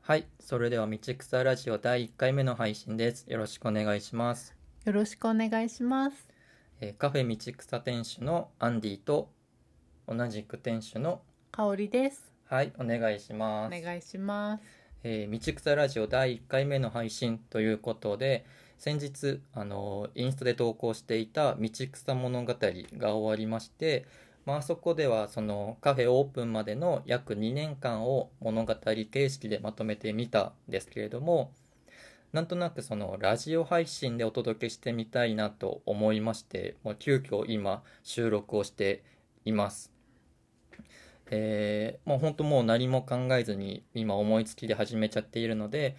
はい、それでは道草ラジオ第1回目の配信です。よろしくお願いします。よろしくお願いします。えーカフェ道草店主のアンディと同じく店主の香りです。はい、お願いしおます。願いします。えー道草ラジオ第1回目の配信ということで先日あのインスタで投稿していた「道草物語」が終わりまして、まああそこではそのカフェオープンまでの約2年間を物語形式でまとめてみたんですけれどもなんとなくそのラジオ配信でお届けしてみたいなと思いましてもう急遽今収録をしています。えー、もう本当もう何も考えずに今思いつきで始めちゃっているので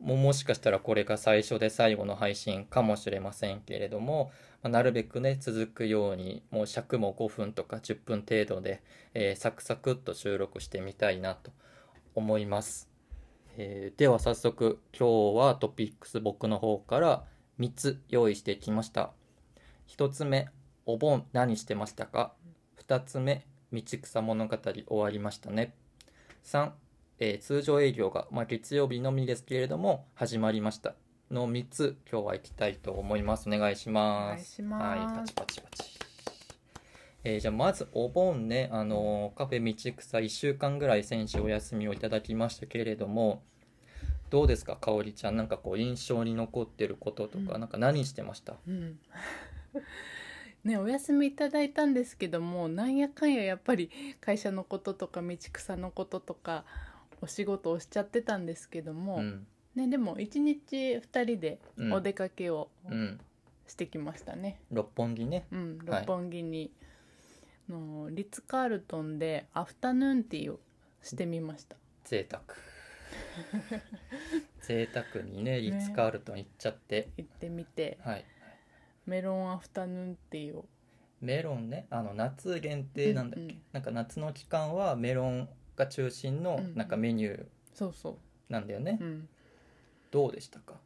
もうもしかしたらこれが最初で最後の配信かもしれませんけれども、まあなるべくね続くようにもう尺も5分とか10分程度で、えーサクサクっと収録してみたいなと思います、えーでは早速今日はトピックス僕の方から3つ用意してきました1つ目お盆何してましたか2つ目道草物語終わりましたね3、えー通常営業が、まあ、月曜日のみですけれども始まりましたの3つ今日は行きたいと思いますお願いしおます願いしまはい、パすチ。パチパチ。えーじゃあまずお盆ね、あのーカフェ道草1週間ぐらい選手お休みをいただきましたけれども、どうですか、かおりちゃん、なんかこう、印象に残ってることとか、うんなんか何してましたうん。 ね、お休みいただいたんですけどもなんやかんややっぱり会社のこととか道草のこととかお仕事をしちゃってたんですけども、うん、ね、でも一日二人でうんお出かけをうん、してきましたね、六本木ね。うんはい六本木に、あのリッツ・カールトンでアフタヌーンティーをしてみました。贅 沢贅沢にねリッツ・カールトン行っちゃって、行ってみてはいメロンアフタヌーンティーをメロンねあの夏限定なんだっけ、ううんなんか夏の期間はメロンが中心のうんなんかメニューそうそなんだよね、う、うん、どうでしたか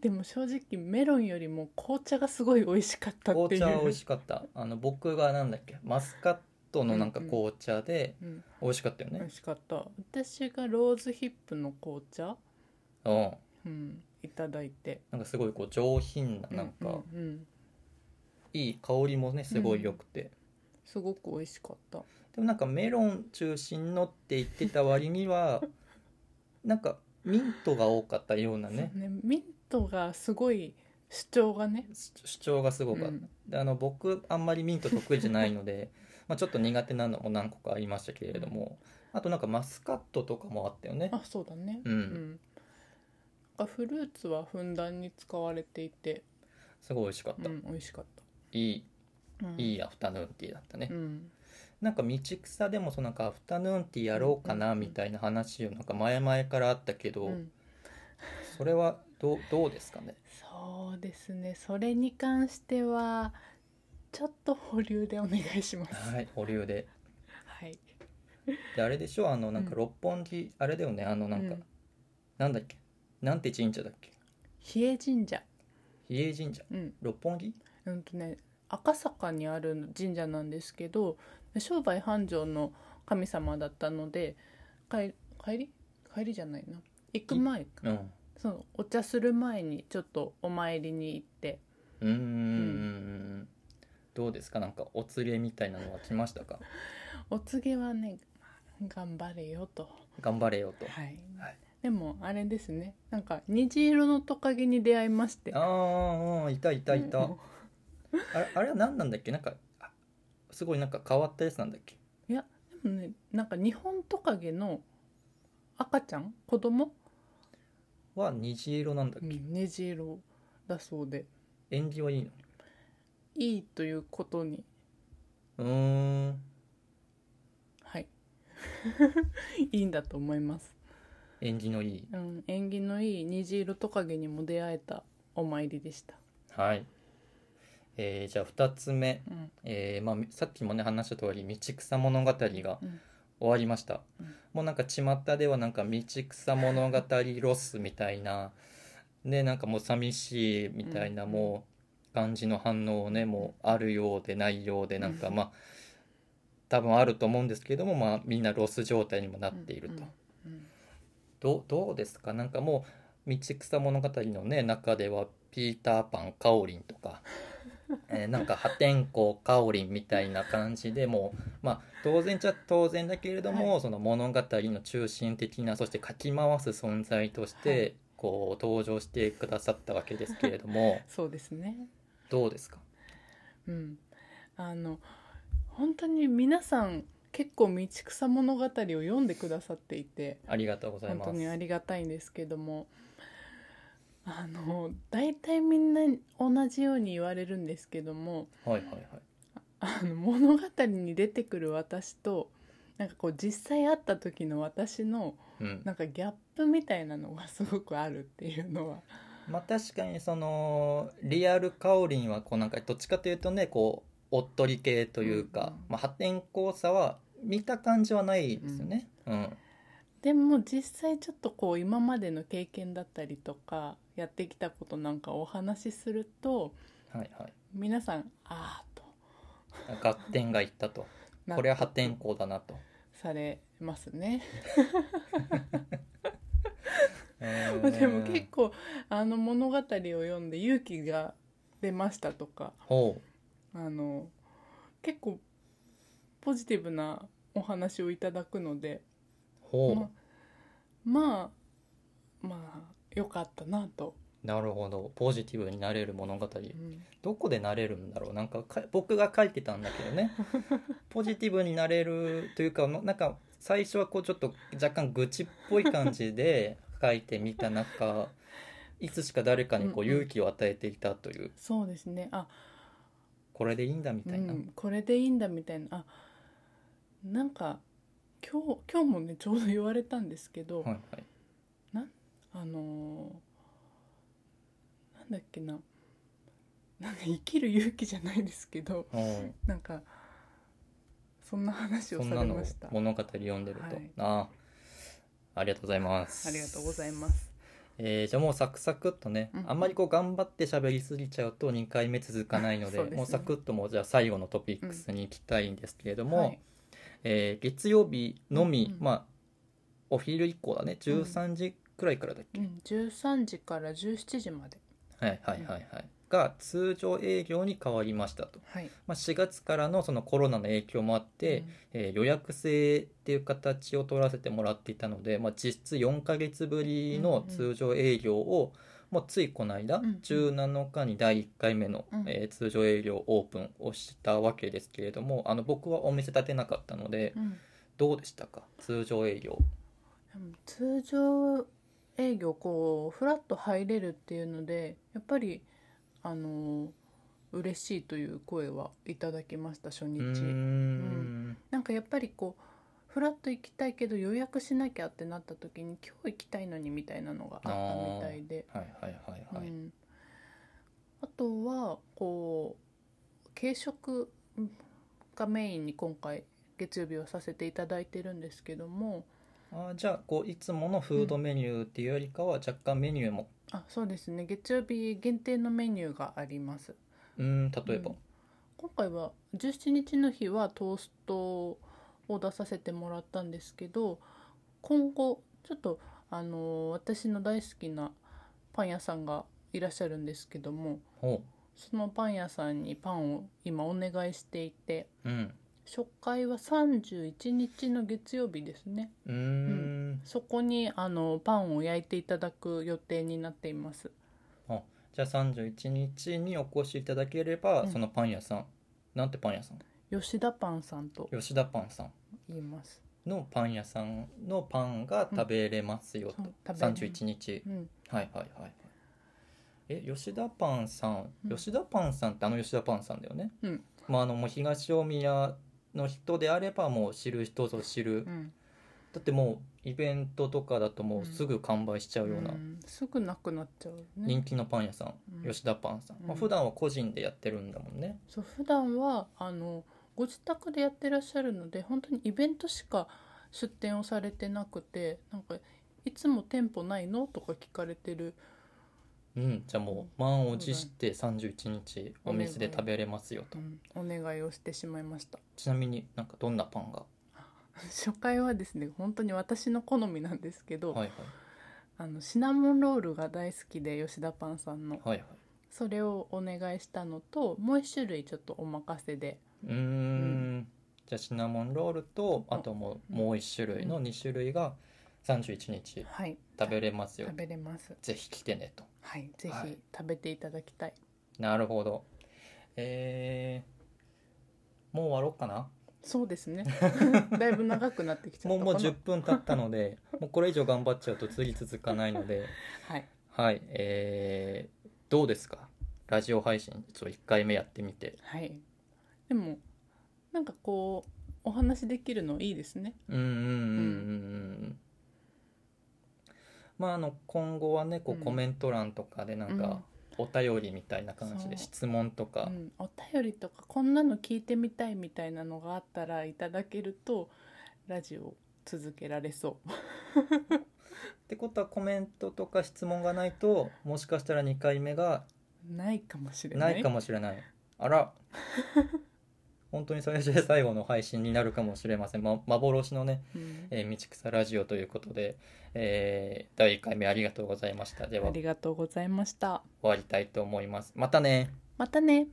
でも正直メロンよりも紅茶がすごい美味しかったっ紅ていう茶は美味しかったあの僕がなんだっけマスカットのなんか紅茶でうん、美味しかったよ美ね味しかった私がローズヒップの紅茶、うん、うん、いただいてなんかすごいこう上品ななんうかうんうんいい香りもねすごい良くて、すごく美味しかったでもなんかメロン中心のって言ってた割に はなんかミントが多かったようなねねミントがすごい主張がね主主張がすごかった、うんであの僕あんまりミント得意じゃないのでまあちょっと苦手なのも何個かありましたけれども、あとなんかマスカットとかもあったよねあそうだねうんんなんかフルーツはふんだんに使われていて、すごい美味しかっうた、ん、美味しかった、いいうんいいアフタヌーンティーだったね、うんなんか道草でもそのなんかアフタヌーンティーやろうかうんなうんうんみたいな話をなんか前々からあったけど、うんそれはどうどうですかねそうですねそれに関してはちょっと保留でお願いしますはい保留ではいであれでしょあのなんかうん六本木、あれだよねあのなんか、うんなんだっけなんて神社だっけ比叡神社比叡神社うん六本木うんとね赤坂にある神社なんですけど商売繁盛の神様だったので帰帰り帰りじゃないな行く前かうんそのお茶する前にちょっとお参りに行ってうんうんうんうんどうですかなんかお告げみたいなのは来ましたかお告げはね頑張れよと頑張れよとはい、はいでもあれですねなんか虹色のトカゲに出会いましてああうんいたいたいた、うんあれあれは何なんだっけなんかあすごいなんか変わったやつなんだっけでもねなんか日本トカゲの赤ちゃん子供、は虹色なんだっうけ、ん、虹色だそうで縁起はいいのいいということにうーんはい いいんだと思います、縁起のいいうん、縁起のいい虹色トカゲにも出会えたお参りでした、はい、えーじゃあ2つ目、うんえーまあ、さっきもね話した通り「道草物語」が終うんわりました、うんもうなんか巷ではなんか「道草物語ロス」みたいなねなんかもう寂しいみたいなうんもう感じの反応をねもうあるようでないようでなんかうんまあ多分あると思うんですけどもまあみんなロス状態にもなっていると。うんうんどう、どうですかなんかもう、道草物語のね、中では、ピーターパン、カオリンとか、 えーなんか破天荒カオリンみたいな感じでもう、まあ、当然ちゃ当然だけれども、その物語の中心的なそしてかき回す存在として、はいこう登場してくださったわけですけれど もそうですねどうですかうん、あの本当に皆さん結構「道草物語」を読んでくださっていてありがとうござい本ます。当にありがたいんですけどもあの大体みんな同じように言われるんですけどもはいはいはい。あの物語に出てくる私となんかこう実際会った時の私のうん、なんかギャップみたいなのがすごくあるっていうのはまあ確かにそのリアルカオリンはこうなんかどっちかというとねこうおっとり系というか、うんまあ、破天荒さは見た感じはないですよね。うんでも実際ちょっとこう今までの経験だったりとかやってきたことなんかお話しするとはいはい。皆さん「ああ」と合点がいったと。なこれは破天荒だな と。されますね。で でも結構あの物語を読んで勇気が出ましたとか構あの結構ポジティブなお話をいただくのでほうまほまあまあよかったなと。うなるほどポジティブになれる物語うんどこでなれるんだろうなんかか僕が書いてたんだけど ねポジティブになれるというかまなんか最初はこうちょっと若干愚痴っぽい感じで書いてみた 中いつしか誰かにこううんうん勇気を与えていたという、そうですねあこれでいいんだみたいな、うん、これでいいんだみたいなあなんか今日今日もねちょうど言われたんですけど、はいはいあのーなんだっけななんか生きる勇気じゃないですけどうんなんかそんな話をそんさなれのまをしたあ物語読んでると、はいああありがとうございますりがとうございますえーじゃあもうサクサクっとね、うんあんまりこう頑張って喋りすぎちゃうと2回目続かないのでそうですねもうサクッともうじゃあ最後のトピックスに行きたいんですけれども、はいえー月曜日のみ、うんまあお昼以降だね13時くらいからだっけ、うん、13時から17時まではいはいはいはいが通常営業に変わりましたと、はいまあ、4月からのそのコロナの影響もあって、えー予約制っていう形を取らせてもらっていたので、まあ、実質4ヶ月ぶりの通常営業を、もうついこの間、うんうん17日に第1回目の、うんえー通常営業オープンをしたわけですけれどもあの僕はお店立てなかったのでうん、うんどうでしたか通常営業でも通常営業こうフラッと入れるっていうのでやっぱりあの嬉しいという声はいただきました初う日ーんなんかやっぱりこうフラッと行きたいけど予約しなきゃってなった時に今日行きたいのにみたいなのがあったみたいではいはいはいはい、うん、あとはこう軽食がメインに今回月曜日はさせていただいてるんですけどもあーじゃあこういつものフードメニューっていうよりかは若干メニューもあそうですね月曜日限定のメニューがありますうーん例えば、うん今回は17日の日はトーストを出させてもらったんですけど今後ちょっとあのー私の大好きなパン屋さんがいらっしゃるんですけどもほそのパン屋さんにパンを今お願いしていてううん初回は31日の月曜日ですねうーんそこにあのパンを焼いていただく予定になっていますじゃあ31日にお越しいただければ、うんそのパン屋さんなんてパン屋さん吉田パンさんと吉田パンさん言いますのパン屋さんのパンが食べれますよと、うんそう食べれる31日、うんはいはいはいはいえ吉田パンさん、うん吉田パンさんってあの吉田パンさんだよね、うんまあ、あのもう東大宮の人であればもう知る人ぞ知る、うんだってもうイベントとかだともううんすぐ完売しちゃうようなうんすぐなくなっちゃうね人気のパン屋さん、うん吉田パンさん、まあ、うん普段は個人でやってるんだもんねそう普段はあのご自宅でやってらっしゃるので本当にイベントしか出店をされてなくてなんかいつも店舗ないのとか聞かれてるうんじゃあもう満を持して31日お店で食べれますよとうんお願いをしてしまいました ちなみになんかどんなパンが初回はですね本当に私の好みなんですけど、はいはいあのシナモンロールが大好きで吉田パンさんのはいはいそれをお願いしたのともう一種類ちょっとお任せでうーんじゃあシナモンロールとあともううんもう1種類の2種類が31日はい食べれますよ食べれますぜひ来てねとはいぜはひい食べていただきたい、なるほどえー、もう終わろうかなそうですね だいぶ長くなってきちゃもっうたもうかな10分経ったのでもうこれ以上頑張っちゃうと次続かないのではいはいえー、どうですかラジオ配信ちょっと1回目やってみてはいでもなんかこうお話できるのいいですねうんうんうんうんうんまああの今後はねこうんうコメント欄とかでなんかお便りみたいな感じそうで質問とうかん、お便りとかこんなの聞いてみたいみたいなのがあったらいただけるとラジオ続けられそってことはコメントとか質問がないともしかしたら2回目がうないかもしれないないかもしれないあ ら本当にそれで最後の配信になるかもしれません、ま、幻のね、うんえー道草ラジオということで、えー第1回目ありがとうございましたではあ終りがとうございましたわりたいと思いますまたねまたね